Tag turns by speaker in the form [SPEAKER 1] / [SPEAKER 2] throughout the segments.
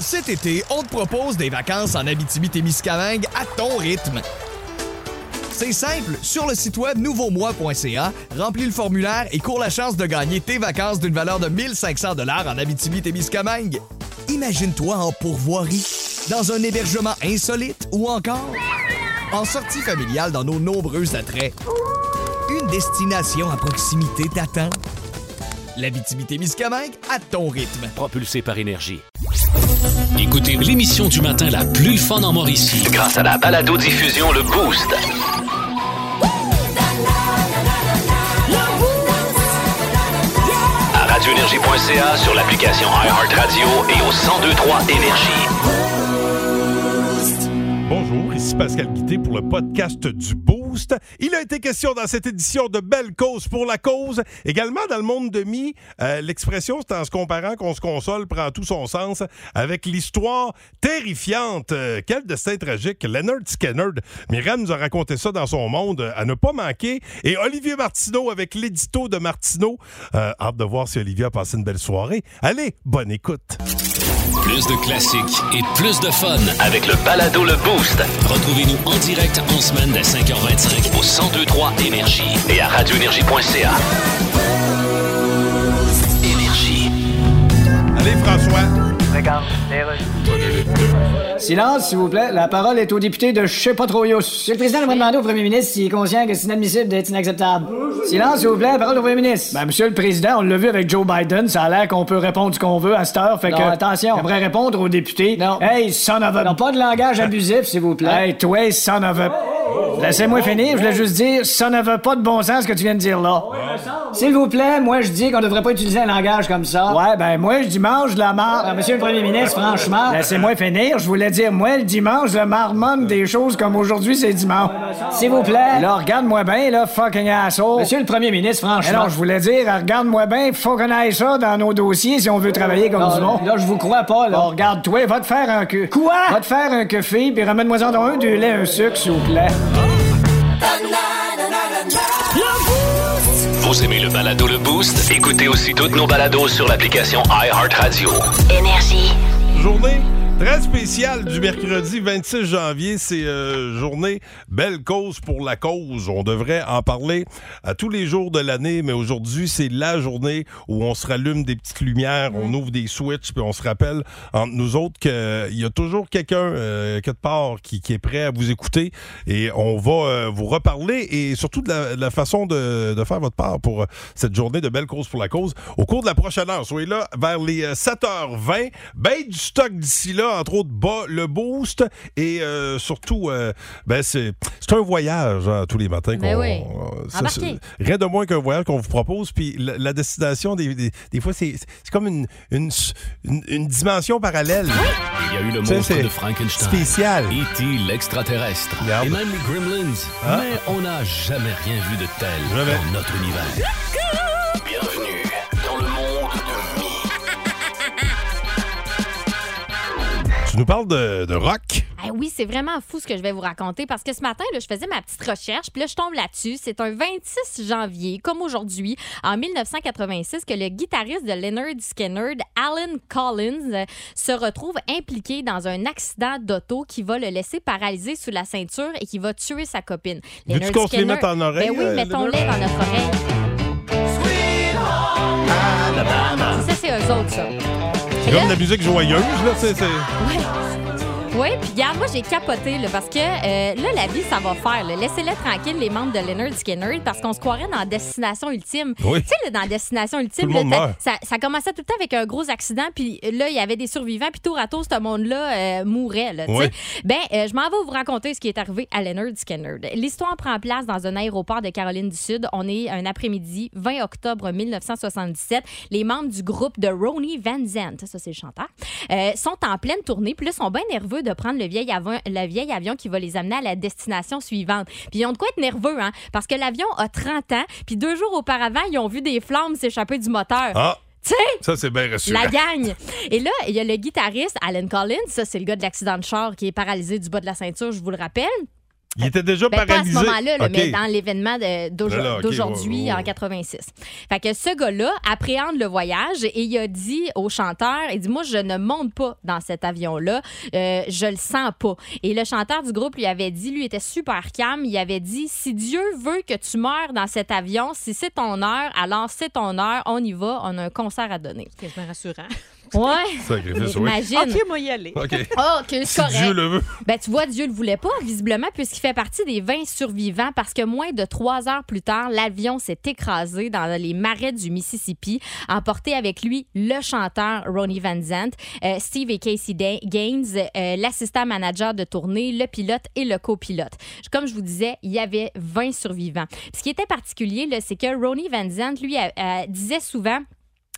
[SPEAKER 1] Cet été, on te propose des vacances en Abitibi-Témiscamingue à ton rythme. C'est simple, sur le site web nouveaumois.ca, remplis le formulaire et cours la chance de gagner tes vacances d'une valeur de 1500 dollars en Abitibi-Témiscamingue. Imagine-toi en pourvoirie, dans un hébergement insolite ou encore en sortie familiale dans nos nombreux attraits. Une destination à proximité t'attend. L'Abitibi-Témiscamingue à ton rythme.
[SPEAKER 2] propulsé par énergie.
[SPEAKER 3] Écoutez l'émission du matin la plus fun en Mauricie.
[SPEAKER 4] Grâce à la balado diffusion le boost. À radioénergie.ca sur l'application iHeartRadio et au 1023 énergie.
[SPEAKER 5] Bonjour, ici Pascal Guité pour le podcast du Boost. Il a été question dans cette édition de Belle cause pour la cause. Également dans le monde de mi, euh, l'expression c'est en se comparant qu'on se console prend tout son sens avec l'histoire terrifiante. euh, quel destin tragique. Leonard Skinner. Myriam nous a raconté ça dans son monde euh, à ne pas manquer. Et Olivier Martineau avec l'édito de Martineau. Euh, hâte de voir si Olivier a passé une belle soirée. Allez, bonne écoute.
[SPEAKER 3] Plus de classiques et plus de fun.
[SPEAKER 4] Avec le balado le boost
[SPEAKER 3] Retrouvez-nous en direct en semaine dès 5h25.
[SPEAKER 4] au 1023 énergie et à radioénergie.ca. Énergie.
[SPEAKER 5] Allez, François.
[SPEAKER 6] Silence, s'il vous plaît. La parole est au député de je sais pas trop Yous. Monsieur le Président, va demander au Premier ministre s'il est conscient que c'est inadmissible d'être inacceptable. Silence, s'il vous plaît. La parole au Premier ministre. Ben, Monsieur le Président, on l'a vu avec Joe Biden. Ça a l'air qu'on peut répondre ce qu'on veut à cette heure. Fait que. attention. On pourrait répondre au député. Non. Hey, son of a. Non, pas de langage abusif, s'il vous plaît. Hey, toi, son of a. Laissez-moi finir, je voulais juste dire, ça ne veut pas de bon sens ce que tu viens de dire là. S'il vous plaît, moi je dis qu'on devrait pas utiliser un langage comme ça. Ouais, ben moi je dimanche la marre. monsieur le premier ministre, franchement. Laissez-moi finir, je voulais dire, moi le dimanche, je marmonne des choses comme aujourd'hui c'est dimanche. S'il vous plaît. Là, regarde-moi bien, là, fucking asshole. Monsieur le premier ministre, franchement. Non, je voulais dire, regarde-moi bien, faut qu'on aille ça dans nos dossiers si on veut travailler comme du monde. Là, je vous crois pas, là. regarde-toi, va te faire un queue. Quoi? Va te faire un queue fille, puis ramène-moi en un, du lait, un sucre, s'il vous plaît.
[SPEAKER 4] Vous aimez le balado le boost Écoutez aussi toutes nos balados sur l'application iHeartRadio.
[SPEAKER 7] Énergie.
[SPEAKER 5] Journée très spéciale du mercredi 26 janvier. C'est euh, journée Belle cause pour la cause. On devrait en parler à tous les jours de l'année, mais aujourd'hui, c'est la journée où on se rallume des petites lumières, on ouvre des switches, puis on se rappelle entre nous autres qu'il y a toujours quelqu'un, euh, quelque part, qui, qui est prêt à vous écouter. Et on va euh, vous reparler et surtout de la, de la façon de, de faire votre part pour euh, cette journée de Belle cause pour la cause au cours de la prochaine heure. Soyez là vers les euh, 7h20. Ben du stock d'ici là, entre autres bas le boost et euh, surtout euh, ben c'est c'est un voyage hein, tous les matins
[SPEAKER 8] Ben
[SPEAKER 5] qu'on-
[SPEAKER 8] oui.
[SPEAKER 5] euh, ça,
[SPEAKER 8] Embarquez.
[SPEAKER 5] c'est rien de moins qu'un voyage qu'on vous propose puis la, la destination des, des, des fois c'est c'est comme une, une, une- une dimension parallèle
[SPEAKER 3] Il y a eu le
[SPEAKER 5] Tu sais,
[SPEAKER 3] monstre
[SPEAKER 5] c'est
[SPEAKER 3] de Frankenstein.
[SPEAKER 5] spéciale.
[SPEAKER 3] E.T. l'extraterrestre.
[SPEAKER 5] Regarde. Ah.
[SPEAKER 3] Et même les Gremlins. Mais on n'a jamais rien vu de tel
[SPEAKER 5] Jamais.
[SPEAKER 3] dans notre univers.
[SPEAKER 4] Bienvenue dans le monde de Mi.
[SPEAKER 5] Tu nous parles de, de rock
[SPEAKER 8] Ah oui, c'est vraiment fou ce que je vais vous raconter parce que ce matin, là, je faisais ma petite recherche, puis là, je tombe là-dessus. C'est un 26 janvier, comme aujourd'hui, en 1986, que le guitariste de Leonard Skinner, Alan Collins, euh, se retrouve impliqué dans un accident d'auto qui va le laisser paralysé sous la ceinture et qui va tuer sa copine.
[SPEAKER 5] Veux-tu
[SPEAKER 8] Leonard
[SPEAKER 5] qu'on se les
[SPEAKER 8] Skinner-
[SPEAKER 5] mette en oreille,
[SPEAKER 8] Ben oui,
[SPEAKER 5] euh,
[SPEAKER 8] mettons-les
[SPEAKER 5] Leonard?
[SPEAKER 8] dans notre oreille. Ça, c'est eux autres, ça.
[SPEAKER 5] C'est comme de la musique joyeuse, là, c'est... c'est-
[SPEAKER 8] Oui, puis regarde, moi j'ai capoté là, parce que euh, là, la vie, ça va faire. là. Laissez-les tranquilles, les membres de Leonard Skinner, parce qu'on se croirait dans Destination Ultime.
[SPEAKER 5] Oui.
[SPEAKER 8] Tu sais, là, dans Destination Ultime,
[SPEAKER 5] Tout le
[SPEAKER 8] là,
[SPEAKER 5] monde
[SPEAKER 8] t'as-
[SPEAKER 5] meurt.
[SPEAKER 8] ça, ça commençait tout le temps avec un gros accident, puis là, il y avait des survivants, puis tour à tour, ce monde-là euh, mourait. Là, tu sais.
[SPEAKER 5] Oui.
[SPEAKER 8] Ben, euh, je m'en vais vous raconter ce qui est arrivé à Leonard Skinner. L'histoire prend place dans un aéroport de Caroline du Sud. On est un après-midi, 20 octobre 1977. Les membres du groupe de Ronnie Van Zandt, ça c'est le chanteur, euh, sont en pleine tournée. Puis là, sont bien nerveux de prendre le vieil, avi- le vieil avion qui va les amener à la destination suivante. Puis ils ont de quoi être nerveux, hein, parce que l'avion a 30 ans. Puis deux jours auparavant, ils ont vu des flammes s'échapper du moteur.
[SPEAKER 5] Ah,
[SPEAKER 8] Tu sais,
[SPEAKER 5] ça, c'est bien rassurant.
[SPEAKER 8] la gagne. Et là, il y a le guitariste Alan Collins, ça c'est le gars de l'accident de char qui est paralysé du bas de la ceinture, je vous le rappelle.
[SPEAKER 5] Il était déjà
[SPEAKER 8] Ben, pas à ce
[SPEAKER 5] paralysé.
[SPEAKER 8] moment-là, là,
[SPEAKER 5] OK.
[SPEAKER 8] mais dans l'événement de- d'aujo-
[SPEAKER 5] Là, là, OK,
[SPEAKER 8] d'aujourd'hui
[SPEAKER 5] ouais, ouais.
[SPEAKER 8] en 86. Fait que ce gars-là appréhende le voyage et il a dit au chanteur, il dit moi je ne monte pas dans cet avion-là, Euh, je le sens pas. Et le chanteur du groupe lui avait dit, lui était super calme, il avait dit si Dieu veut que tu meurs dans cet avion, si c'est ton heure, alors c'est ton heure, on y va, on a un concert à donner.
[SPEAKER 2] C'est quasiment rassurant.
[SPEAKER 8] Ouais,
[SPEAKER 5] Sacrifice, oui.
[SPEAKER 8] imagine.
[SPEAKER 2] OK, moi, y aller.
[SPEAKER 5] OK.
[SPEAKER 8] Oh, que c'est
[SPEAKER 5] Si
[SPEAKER 8] correct.
[SPEAKER 5] Dieu le veut.
[SPEAKER 8] Ben, tu vois, Dieu le voulait pas, visiblement, puisqu'il fait partie des 20 survivants, parce que moins de trois heures plus tard, l'avion s'est écrasé dans les marais du Mississippi, emporté avec lui le chanteur Ronnie Van Zant, euh, Steve et Casey Da- Gaines, euh, l'assistant manager de tournée, le pilote et le copilote. Comme je vous disais, il y avait 20 survivants. Ce qui était particulier, là, c'est que Ronnie Van Zant, lui, euh, euh, disait souvent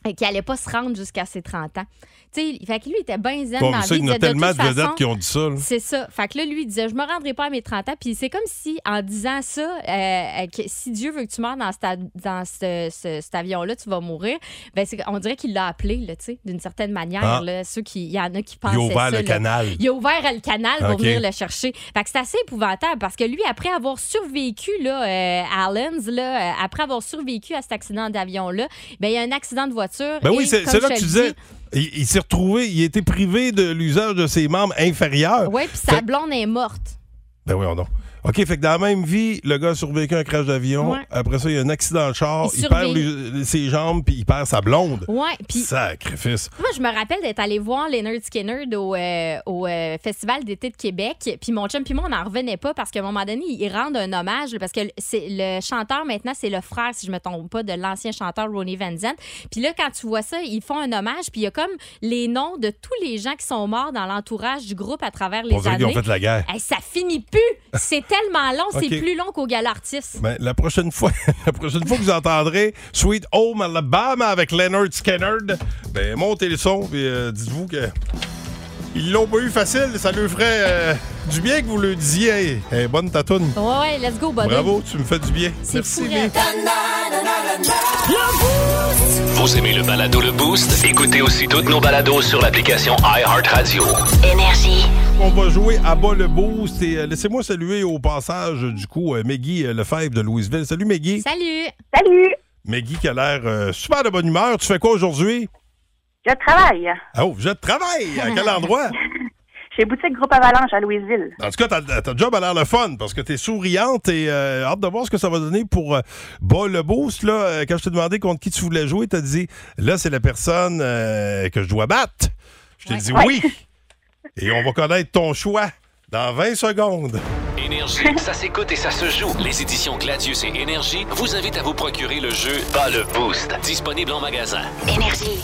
[SPEAKER 8] euh, qu'il allait pas se rendre jusqu'à ses 30 ans. Tu sais, il- fait que lui, il était bien zen dans
[SPEAKER 5] Bon,
[SPEAKER 8] la
[SPEAKER 5] tu sais,
[SPEAKER 8] vie.
[SPEAKER 5] il y
[SPEAKER 8] Il
[SPEAKER 5] en a
[SPEAKER 8] disait, de
[SPEAKER 5] tellement de
[SPEAKER 8] toute façon,
[SPEAKER 5] vedettes qui ont dit ça. là.
[SPEAKER 8] c'est ça. Fait que là, lui, il disait, je me rendrai pas à mes 30 ans. Puis c'est comme si, en disant ça, euh, que si Dieu veut que tu meurs dans, cet av- dans ce, ce- cet avion-là, tu vas mourir. Ben, c'est- on dirait qu'il l'a appelé, là, tu sais, d'une certaine manière.
[SPEAKER 5] Ah.
[SPEAKER 8] là. ceux qui, il y en a qui
[SPEAKER 5] Il
[SPEAKER 8] pensaient
[SPEAKER 5] a ouvert
[SPEAKER 8] ça,
[SPEAKER 5] le
[SPEAKER 8] là.
[SPEAKER 5] canal.
[SPEAKER 8] Il a ouvert le canal pour
[SPEAKER 5] Ok.
[SPEAKER 8] venir le chercher. Fait que c'est assez épouvantable parce que lui, après avoir survécu là, euh, à Allens, là, euh, après avoir survécu à cet accident d'avion-là, ben, il y a un accident de voiture.
[SPEAKER 5] Ben oui,
[SPEAKER 8] Et
[SPEAKER 5] c'est
[SPEAKER 8] comme
[SPEAKER 5] c'est là
[SPEAKER 8] je
[SPEAKER 5] que tu
[SPEAKER 8] le
[SPEAKER 5] disais.
[SPEAKER 8] dis-
[SPEAKER 5] Il, il s'est retrouvé, il a été privé de l'usage de ses membres inférieurs.
[SPEAKER 8] Ouais, puis sa
[SPEAKER 5] Fait-
[SPEAKER 8] blonde est morte.
[SPEAKER 5] Ben oui, on a. OK, fait que dans la même vie, le gars a survécu à un crash d'avion.
[SPEAKER 8] Ouais.
[SPEAKER 5] Après ça, il y a un accident de char.
[SPEAKER 8] Il
[SPEAKER 5] Il, perd
[SPEAKER 8] survit.
[SPEAKER 5] les- ses jambes, puis il perd sa blonde.
[SPEAKER 8] Ouais, puis
[SPEAKER 5] Sacrifice.
[SPEAKER 8] Moi, je me rappelle d'être allé voir Leonard Skinner au, euh, au, euh, Festival d'été de Québec. Puis mon chum, puis moi, on n'en revenait pas parce qu'à un moment donné, ils rendent un hommage. là, Parce que le- c'est le chanteur, maintenant, c'est le frère, si je me trompe pas, de l'ancien chanteur Ronnie Van Zant. Puis là, quand tu vois ça, ils font un hommage. Puis il y a comme les noms de tous les gens qui sont morts dans l'entourage du groupe à travers les
[SPEAKER 5] On dirait qu'ils ont
[SPEAKER 8] années.
[SPEAKER 5] fait la guerre.
[SPEAKER 8] Hey, ça finit plus! C'est tellement long, c'est
[SPEAKER 5] Ok.
[SPEAKER 8] plus long qu'au gala artiste.
[SPEAKER 5] Ben, la prochaine fois, la prochaine fois que vous entendrez Sweet Home Alabama avec Leonard Skinner, ben montez le son et dites-vous que ils l'ont pas eu facile. Ça leur ferait euh, du bien que vous le disiez. Hey, hey, bonne tatoune.
[SPEAKER 8] Ouais, ouais, let's go, Bonhomme.
[SPEAKER 5] Bravo, tu me fais du bien.
[SPEAKER 8] C'est
[SPEAKER 5] Merci.
[SPEAKER 8] fou, hein?
[SPEAKER 5] Lynn.
[SPEAKER 8] raide.
[SPEAKER 4] Vous aimez le balado Le Boost? Écoutez aussi toutes nos balados sur l'application iHeartRadio.
[SPEAKER 7] Énergie.
[SPEAKER 5] On va jouer à bas le boost. Et, euh, Laissez-moi saluer au passage, euh, du coup, euh, Meggy euh, Lefebvre de Louisville. Salut, Meggy.
[SPEAKER 8] Salut!
[SPEAKER 7] Salut,
[SPEAKER 5] Meggy qui a l'air euh, super de bonne humeur. Tu fais quoi aujourd'hui?
[SPEAKER 7] je travaille
[SPEAKER 5] Oh, je travaille! À quel endroit?
[SPEAKER 7] chez Boutique Groupe Avalanche à Louisville.
[SPEAKER 5] En tout cas, ta, ta job a l'air le fun parce que t'es souriante et euh, hâte de voir ce que ça va donner pour euh, Bas le Boost. Là, Euh, quand je t'ai demandé contre qui tu voulais jouer, t'as dit là, c'est la personne euh, que je dois battre. Je t'ai dit oui. Et on va connaître ton choix dans 20 secondes.
[SPEAKER 4] Énergie, ça s'écoute et ça se joue. Les éditions Gladius et Énergie vous invitent à vous procurer le jeu Pas le Boost, disponible en magasin.
[SPEAKER 7] Énergie.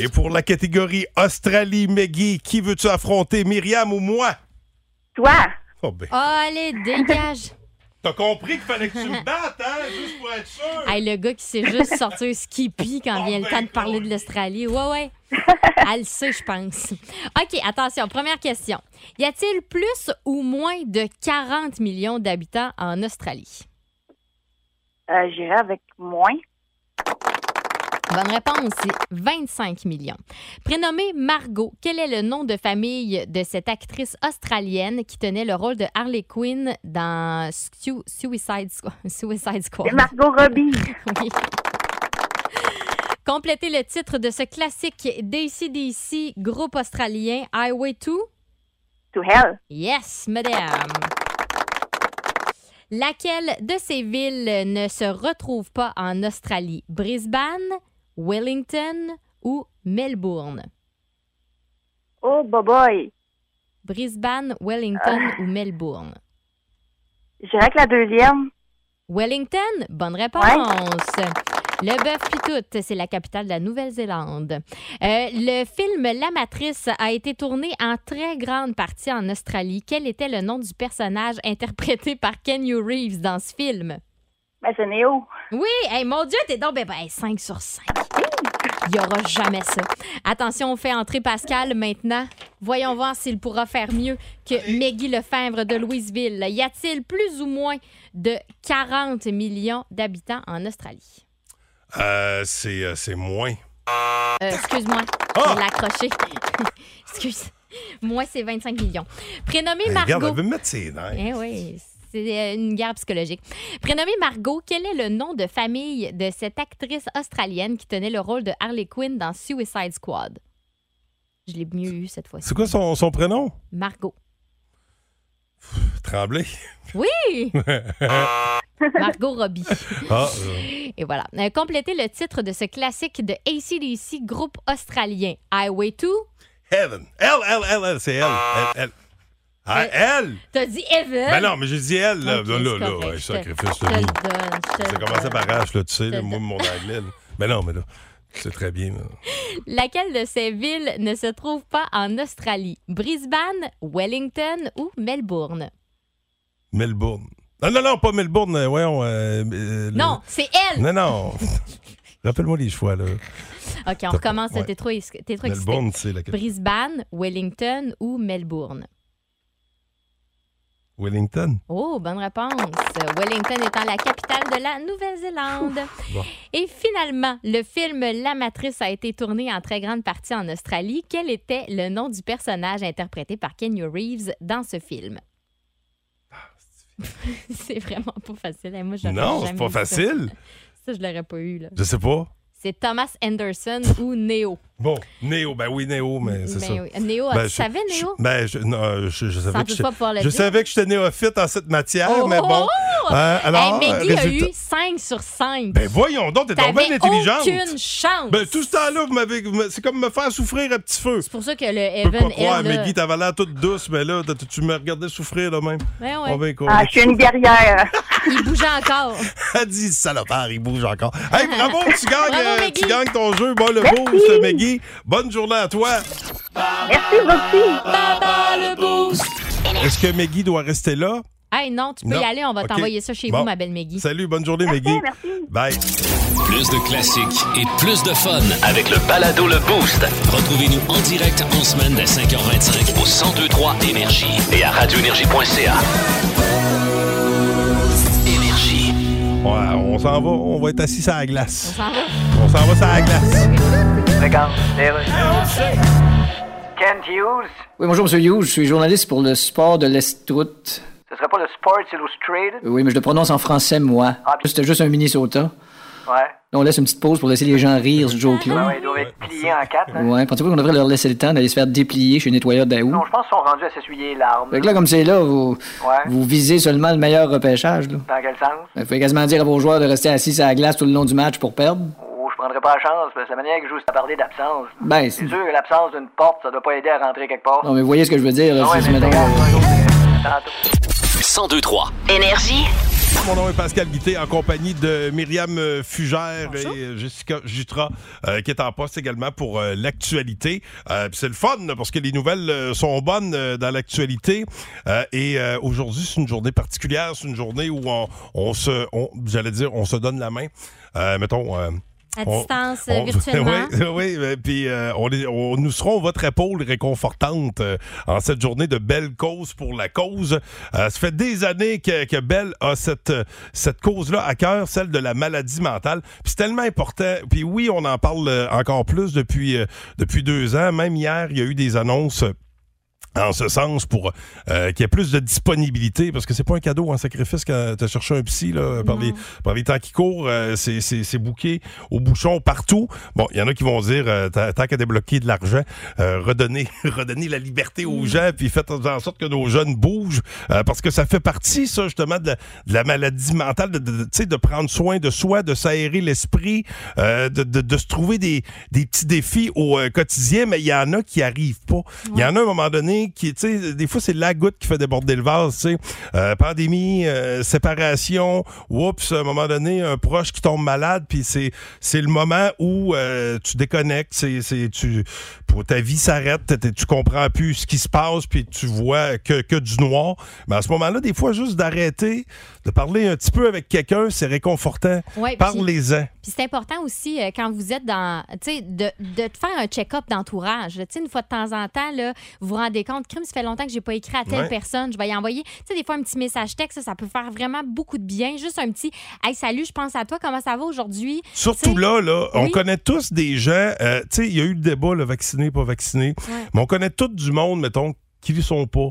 [SPEAKER 5] Et pour la catégorie Australie, Meggy, qui veux-tu affronter, Myriam ou moi?
[SPEAKER 7] Toi,
[SPEAKER 5] Oh, ben,
[SPEAKER 8] Oh, allez, dégage!
[SPEAKER 5] t'as compris qu'il fallait que tu me battes, hein? Juste pour être sûr.
[SPEAKER 8] Hey, le gars qui sait juste sortir Skippy quand vient le temps de parler de l'Australie. Ouais, ouais. Elle le sait, je pense. OK, attention. Première question. Y a-t-il plus ou moins de 40 millions d'habitants en Australie?
[SPEAKER 7] euh, j'irai avec moins.
[SPEAKER 8] Bonne réponse, c'est 25 millions. Prénommée Margot, quel est le nom de famille de cette actrice australienne qui tenait le rôle de Harley Quinn dans Su- Suicide, Squ- Suicide Squad?
[SPEAKER 7] C'est Margot Robbie.
[SPEAKER 8] Oui. Complétez le titre de ce classique DC groupe australien Highway 2.
[SPEAKER 7] To hell.
[SPEAKER 8] Yes, madame. Laquelle de ces villes ne se retrouve pas en Australie? Brisbane, Wellington ou Melbourne?
[SPEAKER 7] Oh, boboy.
[SPEAKER 8] Brisbane, Wellington ou Melbourne?
[SPEAKER 7] J'irai avec la deuxième.
[SPEAKER 8] Wellington, bonne réponse. Le bœuf Pitoute, c'est la capitale de la Nouvelle-Zélande. Euh, le film La Matrice a été tourné en très grande partie en Australie. Quel était le nom du personnage interprété par Kenny Reeves dans ce film?
[SPEAKER 7] Ben, c'est Néo.
[SPEAKER 8] Oui, hey, mon Dieu, t'es donc ben, ben, 5 sur 5. Il n'y aura jamais ça. Attention, on fait entrer Pascal maintenant. Voyons voir s'il pourra faire mieux que Meggy Lefebvre de Louisville. Y a-t-il plus ou moins de 40 millions d'habitants en Australie?
[SPEAKER 5] Euh, c'est euh, c'est moins.
[SPEAKER 8] Euh, excuse-moi,
[SPEAKER 5] Ah!
[SPEAKER 8] je l'ai accroché. Excuse. Moi, c'est 25 millions. Prénommée
[SPEAKER 5] Mais regarde, elle
[SPEAKER 8] Margot.
[SPEAKER 5] veut me mettre ses nerfs.
[SPEAKER 8] Eh oui, c'est euh, une guerre psychologique. Prénommée Margot, quel est le nom de famille de cette actrice australienne qui tenait le rôle de Harley Quinn dans Suicide Squad? Je l'ai mieux eu cette fois-ci.
[SPEAKER 5] C'est quoi son, son prénom?
[SPEAKER 8] Margot.
[SPEAKER 5] Tremblay.
[SPEAKER 8] Oui! Margot Robbie.
[SPEAKER 5] Ah, euh,
[SPEAKER 8] Et voilà. Euh, complétez le titre de ce classique de ACDC, groupe australien. Highway 2.
[SPEAKER 5] Heaven. Elle, elle, elle, elle, c'est elle. Elle, elle. Ah,
[SPEAKER 8] Euh,
[SPEAKER 5] elle!
[SPEAKER 8] T'as dit Evan.
[SPEAKER 5] Ben non, mais j'ai dit elle, là,
[SPEAKER 8] Ok,
[SPEAKER 5] là, là,
[SPEAKER 8] c'est correct.
[SPEAKER 5] ouais,
[SPEAKER 8] Je te-
[SPEAKER 5] sacrifice.
[SPEAKER 8] je te le
[SPEAKER 5] là.
[SPEAKER 8] donne, je te
[SPEAKER 5] Ça
[SPEAKER 8] le
[SPEAKER 5] commençait
[SPEAKER 8] donne.
[SPEAKER 5] par H, là, tu sais, là,
[SPEAKER 8] te-
[SPEAKER 5] moi, mon anglais. là. Mais non, mais là, c'est très bien. là.
[SPEAKER 8] Laquelle de ces villes ne se trouve pas en Australie? Brisbane, Wellington ou Melbourne?
[SPEAKER 5] Melbourne. Ah, Non, non, non, pas Melbourne, euh, voyons. euh, euh, le-
[SPEAKER 8] Non, c'est elle!
[SPEAKER 5] Non, non. Rappelle-moi les choix, là.
[SPEAKER 8] OK, on recommence.
[SPEAKER 5] Ouais.
[SPEAKER 8] T'es trop, es- t'es trop excité.
[SPEAKER 5] Melbourne, c'est la
[SPEAKER 8] Brisbane, Wellington ou Melbourne?
[SPEAKER 5] Wellington.
[SPEAKER 8] Oh, bonne réponse. Wellington étant la capitale de la Nouvelle-Zélande.
[SPEAKER 5] bon.
[SPEAKER 8] Et finalement, le film La Matrice a été tourné en très grande partie en Australie. Quel était le nom du personnage interprété par Kenny Reeves dans ce film? c'est vraiment pas facile. Hey, Moi, j'aurais
[SPEAKER 5] Ah, Non, c'est
[SPEAKER 8] jamais
[SPEAKER 5] pas
[SPEAKER 8] dit ça.
[SPEAKER 5] facile.
[SPEAKER 8] Ça, je l'aurais pas eu. là.
[SPEAKER 5] Je sais pas.
[SPEAKER 8] C'est Thomas Anderson ou Neo.
[SPEAKER 5] Bon, Néo, ben oui, Néo, mais c'est
[SPEAKER 8] Ben
[SPEAKER 5] ça.
[SPEAKER 8] oui. Néo,
[SPEAKER 5] Ben,
[SPEAKER 8] tu
[SPEAKER 5] je-
[SPEAKER 8] savais
[SPEAKER 5] je-
[SPEAKER 8] Néo?
[SPEAKER 5] Ben, je, non, je, je savais
[SPEAKER 8] Sans
[SPEAKER 5] que
[SPEAKER 8] doute
[SPEAKER 5] j'étais-
[SPEAKER 8] pas pouvoir le
[SPEAKER 5] je
[SPEAKER 8] dire.
[SPEAKER 5] savais que j'étais néophyte en cette matière,
[SPEAKER 8] Oh,
[SPEAKER 5] mais bon.
[SPEAKER 8] oh!
[SPEAKER 5] Hein, alors,
[SPEAKER 8] Hey, Maggie a
[SPEAKER 5] résultat-
[SPEAKER 8] eu 5 sur 5.
[SPEAKER 5] Ben voyons donc, t'es donc bien
[SPEAKER 8] T'avais
[SPEAKER 5] intelligente.
[SPEAKER 8] aucune chance.
[SPEAKER 5] Ben tout ce temps-là, vous m'avez, vous me- c'est comme me faire souffrir à petit feu.
[SPEAKER 8] C'est pour ça que le
[SPEAKER 5] Je peux pas
[SPEAKER 8] Evan
[SPEAKER 5] croire,
[SPEAKER 8] elle, là-
[SPEAKER 5] Maggie, t'avais l'air toute douce, mais là, t- tu me regardais souffrir là même.
[SPEAKER 8] Ben ouais,
[SPEAKER 5] On va écouter.
[SPEAKER 7] Ah, je suis une guerrière.
[SPEAKER 8] il bougeait encore.
[SPEAKER 5] Elle dit salopard, il bouge encore. Hey, bravo, tu gagnes,
[SPEAKER 8] Bravo,
[SPEAKER 5] euh,
[SPEAKER 8] Maggie.
[SPEAKER 5] tu gagnes ton jeu. Bon, le
[SPEAKER 7] Merci.
[SPEAKER 5] boost, Maggie. Bonne journée à toi.
[SPEAKER 7] Merci, beaucoup.
[SPEAKER 5] Est-ce que Maggie doit rester là?
[SPEAKER 8] Hey, non, tu peux
[SPEAKER 5] Non.
[SPEAKER 8] y aller, on va
[SPEAKER 5] OK.
[SPEAKER 8] t'envoyer ça chez
[SPEAKER 5] Bon.
[SPEAKER 8] vous, ma belle Maggie.
[SPEAKER 5] Salut, bonne journée, Maggie.
[SPEAKER 7] Merci.
[SPEAKER 5] Bye.
[SPEAKER 3] Plus de classiques et plus de fun.
[SPEAKER 4] Avec le balado Le Boost
[SPEAKER 3] Retrouvez-nous en direct en semaine dès 5h25
[SPEAKER 4] au 1023 Énergie et à radioénergie.ca. Énergie.
[SPEAKER 5] Ouais, on s'en va, on va être assis à la
[SPEAKER 8] On
[SPEAKER 5] glace.
[SPEAKER 8] s'en va.
[SPEAKER 5] On s'en va sur la glace.
[SPEAKER 2] Kent Hughes,
[SPEAKER 6] Oui, bonjour, Monsieur Hughes. Je suis journaliste pour le sport de l'Estroute.
[SPEAKER 2] ce serait pas le Sports Illustrated?
[SPEAKER 6] Oui, mais je le prononce en français, moi.
[SPEAKER 2] Ah, puis-
[SPEAKER 6] C'était juste un Minnesota.
[SPEAKER 2] Ouais.
[SPEAKER 6] On laisse une petite pause pour laisser les gens rire, ce
[SPEAKER 2] Ben
[SPEAKER 6] joke-là.
[SPEAKER 2] ouais, ils doivent être pliés en quatre. hein.
[SPEAKER 6] Ouais, pensez-vous qu'on devrait leur laisser le temps d'aller se faire déplier chez Nettoyeur Daou?
[SPEAKER 2] Non, je pense qu'ils sont rendus à s'essuyer les larmes.
[SPEAKER 6] Fait que là, comme c'est là, vous,
[SPEAKER 2] Ouais.
[SPEAKER 6] vous visez seulement le meilleur repêchage. Là. Ben,
[SPEAKER 2] Dans quel sens?
[SPEAKER 6] Vous pouvez quasiment dire à vos joueurs de rester assis à la glace tout le long du match pour perdre.
[SPEAKER 2] Oh, je prendrais pas la chance, parce que la manière que joue, c'est à parler d'absence.
[SPEAKER 6] Ben, c'est-
[SPEAKER 2] C'est sûr que l'absence d'une porte, ça doit pas aider à rentrer quelque part.
[SPEAKER 6] Non, mais vous voyez ce que je veux dire. là,
[SPEAKER 2] Ah ouais,
[SPEAKER 6] c'est-
[SPEAKER 2] mais
[SPEAKER 6] mettons,
[SPEAKER 2] c'est
[SPEAKER 6] euh,
[SPEAKER 2] grave. Tantôt.
[SPEAKER 4] 1023.
[SPEAKER 7] Énergie.
[SPEAKER 5] Mon nom est Pascal Guité, en compagnie de Myriam euh, Fugère et euh, Jessica Jutra, euh, qui est en poste également pour euh, l'actualité. Euh, puis c'est le fun, là, parce que les nouvelles euh, sont bonnes euh, dans l'actualité. Euh, et euh, aujourd'hui, c'est une journée particulière, c'est une journée où on, on se, on- j'allais dire, on se donne la main. Euh, mettons... euh,
[SPEAKER 8] À
[SPEAKER 5] on-
[SPEAKER 8] distance,
[SPEAKER 5] on-
[SPEAKER 8] euh, virtuellement.
[SPEAKER 5] oui, oui, euh, puis euh, on, est- on- nous serons votre épaule réconfortante euh, en cette journée de belle cause pour la cause. Euh, ça fait des années que, que Belle a cette, euh, cette cause-là à cœur, celle de la maladie mentale. Puis c'est tellement important. Puis oui, on en parle euh, encore plus depuis, euh, depuis deux ans. Même hier, il y a eu des annonces en ce sens pour euh, qu'il y ait plus de disponibilité parce que c'est pas un cadeau en sacrifice quand t'as cherché un psy là, par, les, par les temps qui courent euh, c'est, c'est, c'est bouqué au bouchon partout bon il y en a qui vont dire euh, tant, tant qu'à débloquer de l'argent euh, redonner redonner la liberté aux gens puis faites en sorte que nos jeunes bougent euh, parce que ça fait partie ça justement de la, de la maladie mentale de, de, de- tu sais, de prendre soin de soi de s'aérer l'esprit euh, de, de, de se trouver des, des petits défis au euh, quotidien mais il y en a qui arrivent pas il y en a à un moment donné qui, tu sais, des fois, c'est la goutte qui fait déborder le vase, tu sais. Euh, pandémie, euh, séparation, oups, à un moment donné, un proche qui tombe malade, puis c'est, c'est le moment où euh, tu déconnectes, c'est, c'est, tu, pour ta vie s'arrête, t'es- t'es- tu comprends plus ce qui se passe, puis tu vois que, que du noir. Mais à ce moment-là, des fois, juste d'arrêter, de parler un petit peu avec quelqu'un, c'est réconfortant.
[SPEAKER 8] Ouais, puis-
[SPEAKER 5] Parlez-en.
[SPEAKER 8] Puis c'est important aussi euh, quand vous êtes dans, tu sais, de, de te faire un check-up d'entourage. Tu sais, une fois de temps en temps, là, vous vous rendez compte, compte, crime, ça fait longtemps que j'ai pas écrit à telle
[SPEAKER 5] Ouais.
[SPEAKER 8] personne, je vais y envoyer. Tu sais, des fois, un petit message texte, ça, ça peut faire vraiment beaucoup de bien. Juste un petit Hey, salut, je pense à toi, comment ça va aujourd'hui? Tu
[SPEAKER 5] Surtout
[SPEAKER 8] sais,
[SPEAKER 5] là, là, on
[SPEAKER 8] oui.
[SPEAKER 5] connaît tous des gens. euh, tu sais, il y a eu le débat, le vacciné, pas vacciné.
[SPEAKER 8] Ouais.
[SPEAKER 5] Mais on connaît tout du monde, mettons, qui ne sont pas.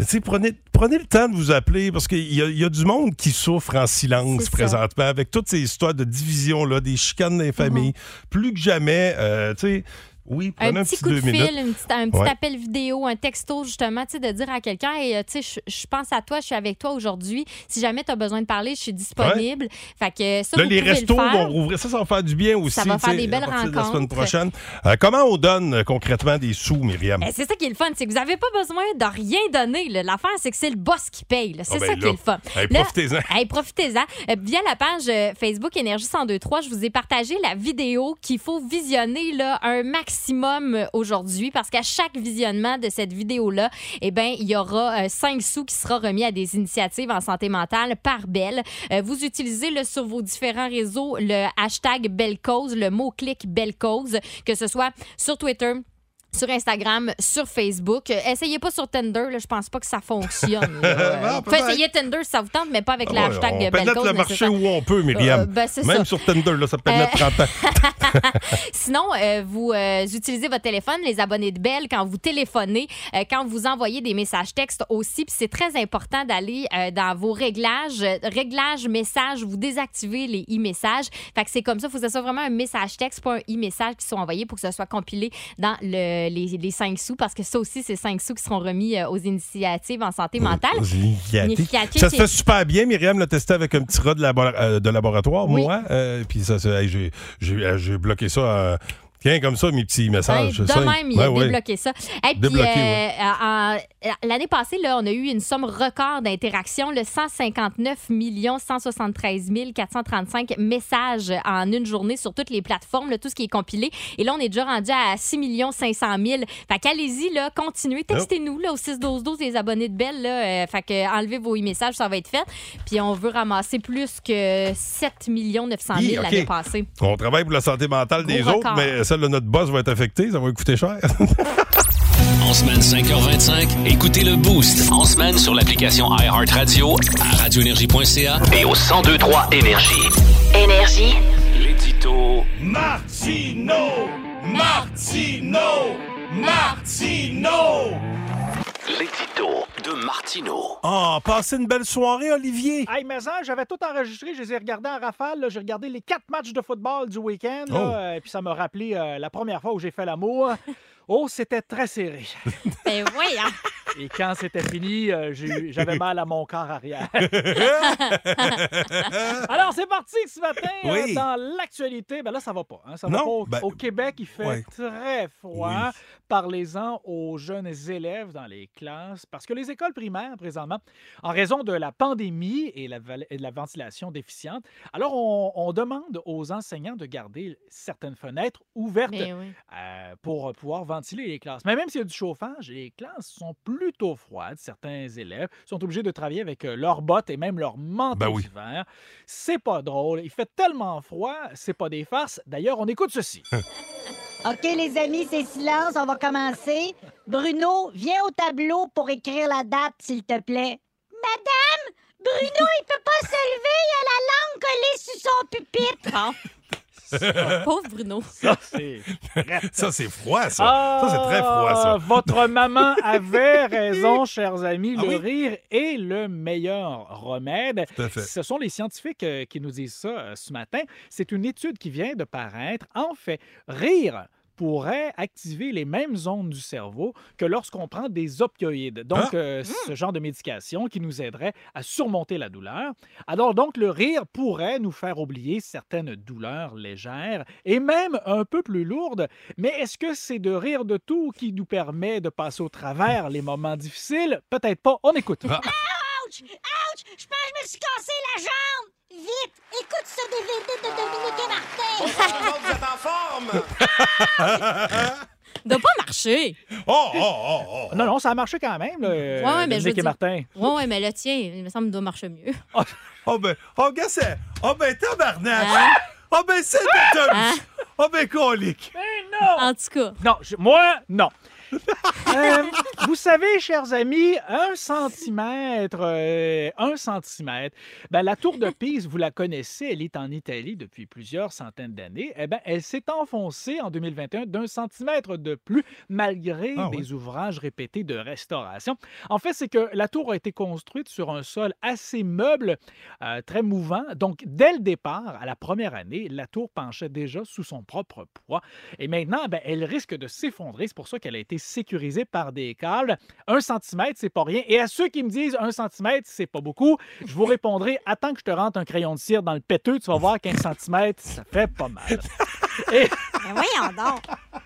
[SPEAKER 5] Tu sais, prenez, prenez le temps de vous appeler parce qu'il y, a- il y a du monde qui souffre en silence
[SPEAKER 8] C'est ça.
[SPEAKER 5] présentement avec toutes ces histoires de division-là, des chicanes
[SPEAKER 8] Mhm.
[SPEAKER 5] des familles. Plus que jamais, euh, tu sais, oui,
[SPEAKER 8] Un
[SPEAKER 5] prenez un,
[SPEAKER 8] petit coup de
[SPEAKER 5] deux
[SPEAKER 8] fil,
[SPEAKER 5] minutes.
[SPEAKER 8] une petite- un petit
[SPEAKER 5] Ouais.
[SPEAKER 8] appel vidéo, un texto, justement, tu sais, de dire à quelqu'un, Hey, euh, tu sais, je je pense à toi, je suis avec toi aujourd'hui. Si jamais tu as besoin de parler, je suis disponible. Fait que ça,
[SPEAKER 5] Là,
[SPEAKER 8] vous
[SPEAKER 5] les
[SPEAKER 8] pouvez le
[SPEAKER 5] restos
[SPEAKER 8] faire.
[SPEAKER 5] vont rouvrir. Ça, ça va faire du bien aussi.
[SPEAKER 8] Ça va faire
[SPEAKER 5] tu sais,
[SPEAKER 8] des belles
[SPEAKER 5] à partir de la semaine
[SPEAKER 8] rencontres.
[SPEAKER 5] prochaine. Euh, comment on donne euh, concrètement des sous, Myriam?
[SPEAKER 8] Eh, c'est ça qui est le fun, c'est que vous n'avez pas besoin de rien donner. là. L'affaire, c'est que c'est le boss qui paye. là. C'est
[SPEAKER 5] Ah, ben
[SPEAKER 8] ça qui
[SPEAKER 5] là.
[SPEAKER 8] est le fun.
[SPEAKER 5] Hey,
[SPEAKER 8] Là-
[SPEAKER 5] Profitez-en.
[SPEAKER 8] Hey, profitez-en. Euh, via la page euh, Facebook Énergie 1023, je vous ai partagé la vidéo qu'il faut visionner là, un maximum euh, aujourd'hui parce qu'à chaque visionnement de cette vidéo-là, eh ben, il y aura 5 sous qui sera remis à des initiatives en santé mentale par Belle. Euh, vous utilisez là, sur vos différents réseaux le hashtag Belle Cause, le mot-clic Belle Cause, que ce soit sur Twitter, sur Instagram, sur Facebook. Euh, essayez pas sur Tinder, là, je pense pas que ça fonctionne. là. Euh,
[SPEAKER 5] Ah,
[SPEAKER 8] on peut
[SPEAKER 5] peut-être.
[SPEAKER 8] essayez Tinder si ça vous tente, mais pas avec
[SPEAKER 5] Ah
[SPEAKER 8] le
[SPEAKER 5] ouais,
[SPEAKER 8] hashtag
[SPEAKER 5] on
[SPEAKER 8] de Belle
[SPEAKER 5] pénètre
[SPEAKER 8] Cause.
[SPEAKER 5] le marché
[SPEAKER 8] nécessaire.
[SPEAKER 5] où on peut, Myriam.
[SPEAKER 8] Euh, ben, c'est
[SPEAKER 5] Même
[SPEAKER 8] ça. Euh,
[SPEAKER 5] sur Tinder, là, ça pénètre 30 ans.
[SPEAKER 8] Sinon, euh, vous euh, utilisez votre téléphone, les abonnés de Belle, quand vous téléphonez, euh, quand vous envoyez des messages textes aussi. Puis c'est très important d'aller euh, dans vos réglages, euh, réglages, messages, vous désactivez les e-messages. Fait que c'est comme ça, il faut que ce soit vraiment un message texte, pas un e-message qui soit envoyé pour que ce soit compilé dans le- les, les 5 sous, parce que ça aussi, c'est 5 sous qui seront remis euh, aux initiatives en santé mentale. Nificaté,
[SPEAKER 5] Ça se
[SPEAKER 8] c'est-
[SPEAKER 5] fait super bien. Myriam l'a testé avec un petit rat de, labo- euh, de laboratoire,
[SPEAKER 8] Oui.
[SPEAKER 5] moi. euh, puis ça, ça, hey, j'ai- j'ai euh, j'ai bloqué ça. euh, tiens, comme ça, mes petits
[SPEAKER 8] Ouais,
[SPEAKER 5] messages.
[SPEAKER 8] Ben, Hein, de
[SPEAKER 5] ça,
[SPEAKER 8] même, il
[SPEAKER 5] ouais,
[SPEAKER 8] a
[SPEAKER 5] ouais.
[SPEAKER 8] débloqué ça. Et puis,
[SPEAKER 5] Débloqué,
[SPEAKER 8] euh,
[SPEAKER 5] ouais.
[SPEAKER 8] en- en- l'année passée, là, on a eu une somme record d'interactions, le 159 173 435 messages en une journée sur toutes les plateformes, là, tout ce qui est compilé. Et là, on est déjà rendu à 6 500 000. Fait qu'allez-y, là, continuez, textez-nous là, au 6-12-12 les abonnés de Belle. Là, euh, fait que enlevez vos messages, ça va être fait. Puis on veut ramasser plus que 7 900 000
[SPEAKER 5] Hi, OK.
[SPEAKER 8] l'année passée.
[SPEAKER 5] On travaille pour la santé mentale
[SPEAKER 8] Gros
[SPEAKER 5] des autres,
[SPEAKER 8] record.
[SPEAKER 5] mais celle de notre boss va être affectée. Ça va lui coûter cher.
[SPEAKER 4] En semaine 5h25, écoutez le Boost. En semaine sur l'application iHeartRadio, à radioénergie.ca et au 1023 Énergie.
[SPEAKER 7] Énergie.
[SPEAKER 4] L'édito
[SPEAKER 5] Martino! Martino! Martino!
[SPEAKER 4] L'édito de Martineau.
[SPEAKER 5] Oh, passez une belle soirée, Olivier!
[SPEAKER 9] Hey, mais hein, j'avais tout enregistré, je les ai regardés en rafale. là. J'ai regardé les quatre matchs de football du week-end. là,
[SPEAKER 5] Oh.
[SPEAKER 9] euh, Et puis ça m'a rappelé euh, la première fois où j'ai fait l'amour. Oh, c'était très serré.
[SPEAKER 8] Ben oui, hein.
[SPEAKER 9] Et quand c'était fini, euh, j'ai eu- j'avais mal à mon corps arrière. Alors, c'est parti ce matin euh,
[SPEAKER 5] Oui.
[SPEAKER 9] dans l'actualité. Ben là, ça va pas. hein, ça va
[SPEAKER 5] Non,
[SPEAKER 9] pas. Au,
[SPEAKER 5] ben,
[SPEAKER 9] au Québec, il fait
[SPEAKER 5] ouais.
[SPEAKER 9] très froid.
[SPEAKER 5] Oui.
[SPEAKER 9] Parlez-en aux jeunes élèves dans les classes parce que les écoles primaires, présentement, en raison de la pandémie et, la val- et de la ventilation déficiente, alors on, on demande aux enseignants de garder certaines fenêtres ouvertes
[SPEAKER 8] Ben oui.
[SPEAKER 9] euh, pour pouvoir ventiler les classes. Mais même s'il y a du chauffage, les classes sont plutôt froides. Certains élèves sont obligés de travailler avec euh, leurs bottes et même leur manteau
[SPEAKER 5] Ben oui.
[SPEAKER 9] d'hiver. C'est pas drôle. Il fait tellement froid, c'est pas des farces. D'ailleurs, on écoute ceci.
[SPEAKER 10] OK, les amis, c'est silence. On va commencer. Bruno, viens au tableau pour écrire la date, s'il te plaît. Madame, Bruno, il peut pas se lever. Il a la langue collée sur son pupitre.
[SPEAKER 8] Bon. Pauvre Bruno.
[SPEAKER 9] Ça, c'est
[SPEAKER 5] Ça, c'est froid, ça. Ça, c'est très froid,
[SPEAKER 9] Ah,
[SPEAKER 5] ça.
[SPEAKER 9] Votre maman avait raison, chers amis.
[SPEAKER 5] Ah
[SPEAKER 9] le
[SPEAKER 5] oui?
[SPEAKER 9] rire est le meilleur remède.
[SPEAKER 5] Tout à fait.
[SPEAKER 9] Ce sont les scientifiques euh, qui nous disent ça euh, ce matin. C'est une étude qui vient de paraître. En fait, rire pourrait activer les mêmes zones du cerveau que lorsqu'on prend des opioïdes. Donc,
[SPEAKER 5] Ah!
[SPEAKER 9] euh,
[SPEAKER 5] Mmh!
[SPEAKER 9] ce genre de médication qui nous aiderait à surmonter la douleur. Alors, donc, le rire pourrait nous faire oublier certaines douleurs légères et même un peu plus lourdes. Mais est-ce que c'est de rire de tout qui nous permet de passer au travers les moments difficiles? Peut-être pas. On écoute.
[SPEAKER 5] Ah.
[SPEAKER 10] Ouch! Ouch! Je pense que je me suis cassé la jambe. Vite, écoute ce DVD de Dominique et Martin.
[SPEAKER 8] Il Ah! doit pas marcher.
[SPEAKER 5] Oh, oh, oh, oh.
[SPEAKER 9] Non, non, ça a marché quand même. Là, euh,
[SPEAKER 8] Ouais, ouais, mais je
[SPEAKER 9] Dominique
[SPEAKER 8] veux
[SPEAKER 9] et
[SPEAKER 8] dire-
[SPEAKER 9] Martin.
[SPEAKER 8] Ouais, ouais, mais le tien, il me semble, doit marcher mieux.
[SPEAKER 5] Oh, ben, oh, gars, c'est. Oh, ben, tabarnak.
[SPEAKER 8] Hein?
[SPEAKER 5] Oh, ben, c'est détenu.
[SPEAKER 8] Hein?
[SPEAKER 5] Oh, ben, colique.
[SPEAKER 9] non!
[SPEAKER 8] En tout cas,
[SPEAKER 9] Non, je- moi, non. Euh, vous savez, chers amis, un centimètre, euh, un centimètre. Ben, la tour de Pise, vous la connaissez, elle est en Italie depuis plusieurs centaines d'années. Eh ben, elle s'est enfoncée en 2021 d'un centimètre de plus, malgré
[SPEAKER 5] Ah ouais.
[SPEAKER 9] des ouvrages répétés de restauration. En fait, c'est que la tour a été construite sur un sol assez meuble, euh, très mouvant. Donc, dès le départ, à la première année, la tour penchait déjà sous son propre poids. Et maintenant, ben, elle risque de s'effondrer. C'est pour ça qu'elle a été sécurisée par des câbles. Un centimètre, c'est pas rien. Et à ceux qui me disent un centimètre, c'est pas beaucoup, je vous répondrai attends que je te rentre un crayon de cire dans le péteux, tu vas voir qu'un centimètre, ça fait pas mal.
[SPEAKER 10] Ben
[SPEAKER 9] Et
[SPEAKER 11] Mais voyons donc.